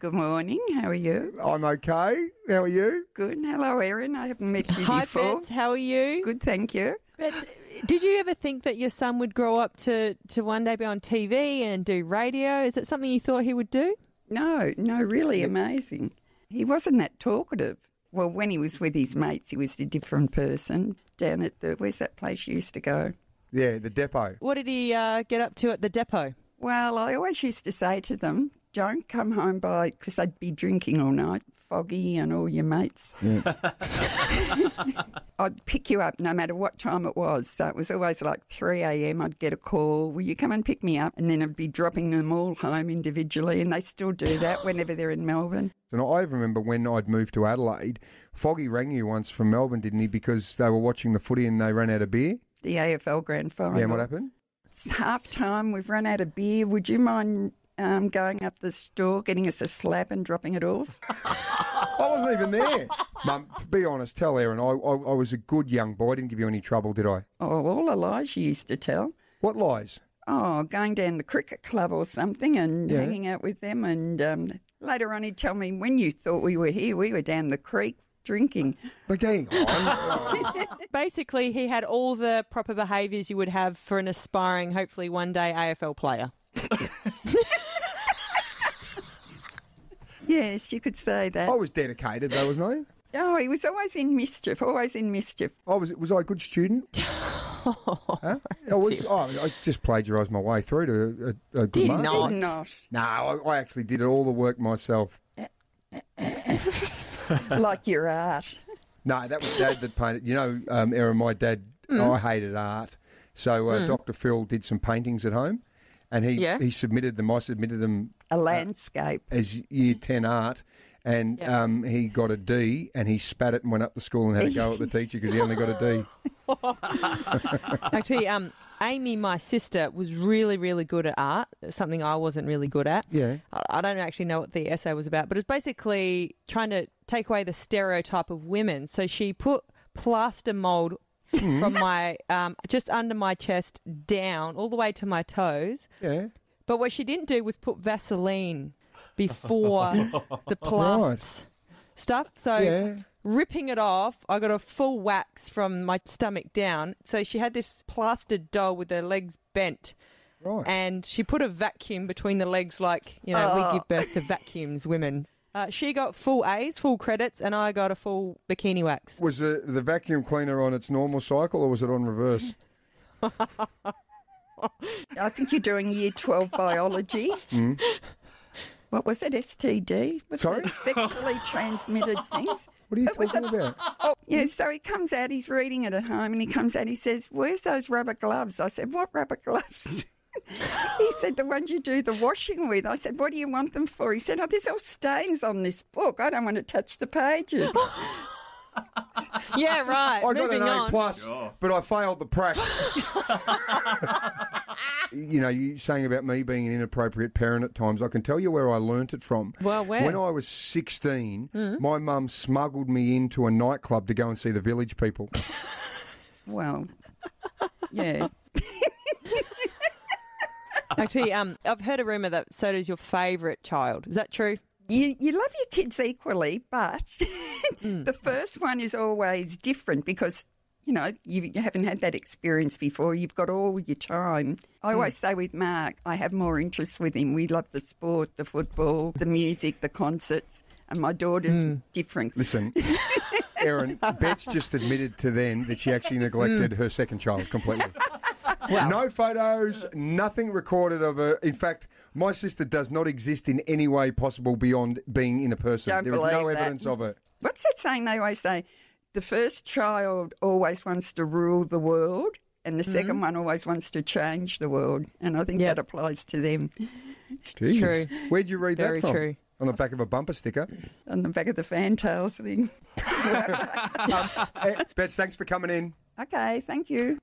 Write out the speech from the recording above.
Good morning. How are you? I'm okay. How are you? Good. Hello, Erin. I haven't met you Hi, before. Fitz. How are you? Good, thank you. Fitz, did you ever think that your son would grow up to, to one day be on TV and do radio? Is it something you thought he would do? No, no, really amazing. He wasn't that talkative. Well, when he was with his mates, he was a different person. Down at the where's that place you used to go? Yeah, the depot. What did he uh, get up to at the depot? Well, I always used to say to them, "Don't come home by because I'd be drinking all night, foggy, and all your mates." I'd pick you up no matter what time it was. So it was always like three a.m. I'd get a call, "Will you come and pick me up?" And then I'd be dropping them all home individually, and they still do that whenever they're in Melbourne. And I even remember when I'd moved to Adelaide, Foggy rang you once from Melbourne, didn't he? Because they were watching the footy and they ran out of beer. The AFL Grand Final. yeah, and what happened? It's half time. We've run out of beer. Would you mind um, going up the store, getting us a slab, and dropping it off? I wasn't even there. Mum, to be honest, tell Aaron, I, I, I was a good young boy. I didn't give you any trouble, did I? Oh, all the lies you used to tell. What lies? Oh, going down the cricket club or something and Yeah. hanging out with them. And um, later on, he'd tell me, when you thought we were here, we were down the creek drinking. Like, hang on. Basically, he had all the proper behaviours you would have for an aspiring, hopefully one day AFL player. Yes, you could say that. I Oh, was dedicated, though, wasn't I? he was always in mischief, always in mischief. I was was I a good student? Huh? I was. Oh, I just plagiarised my way through to a, a good Did mark. not. Did not. No, I, I actually did all the work myself. like your art. No, that was Dad that painted. You know, um, Aaron, my dad, Mm. I hated art, so uh, Dr. Phil did some paintings at home, and he Yeah. he submitted them. I submitted them A landscape. as Year Ten art. And Yeah. um, he got a D, and he spat it and went up to school and had a go at the teacher because he only got a D. Actually, um, Amy, my sister, was really, really good at art, something I wasn't really good at. Yeah. I I don't actually know what the essay was about, but it was basically trying to take away the stereotype of women. So she put plaster mold from my, um, just under my chest down, all the way to my toes. Yeah. But what she didn't do was put Vaseline before the plast stuff. So Yeah. ripping it off, I got a full wax from my stomach down. So she had this plastered doll with her legs bent. Right. And she put a vacuum between the legs, like, you know, we give birth to vacuums, women. Uh, she got full A's, full credits, and I got a full bikini wax. Was the, the vacuum cleaner on its normal cycle or was it on reverse? I think you're doing year 12 biology. What was it? STD? Was Mm. Sorry? It sexually transmitted things? What are you It was talking a- about? Oh, yeah. So he comes out, he's reading it at home, and he comes out, he says, Where's those rubber gloves? I said, What rubber gloves? he said, The ones you do the washing with. I said, What do you want them for? He said, Oh, there's all stains on this book. I don't want to touch the pages. Yeah, right. I got Moving an A on. plus, but I failed the prac. you know, you saying about me being an inappropriate parent at times. I can tell you where I learnt it from. Well, where? Hmm? When I was 16 my mum smuggled me into a nightclub to go and see the Village People. well, yeah. Actually, um, I've heard a rumour that so does your favourite child. Is that true? You, you love your kids equally, but the first one is always different because, you know, you, you haven't had that experience before. You've got all your time. I always say with Mark, I have more interest with him. We love the sport, the football, the music, the concerts, and my daughter's different. Listen, Erin, Bet's just admitted to then that she actually neglected her second child completely. No photos, nothing recorded of her. In fact, my sister does not exist in any way possible beyond being in a person. Don't there is no believe that. evidence of her. What's that saying they always say? The first child always wants to rule the world, and the second one always wants to change the world. And I think Yep. that applies to them Jesus. True. Where'd you read Very that from? true. On the back of a bumper sticker. on the back of the fantails thing. Eh, Bets, thanks for coming in. Okay, thank you.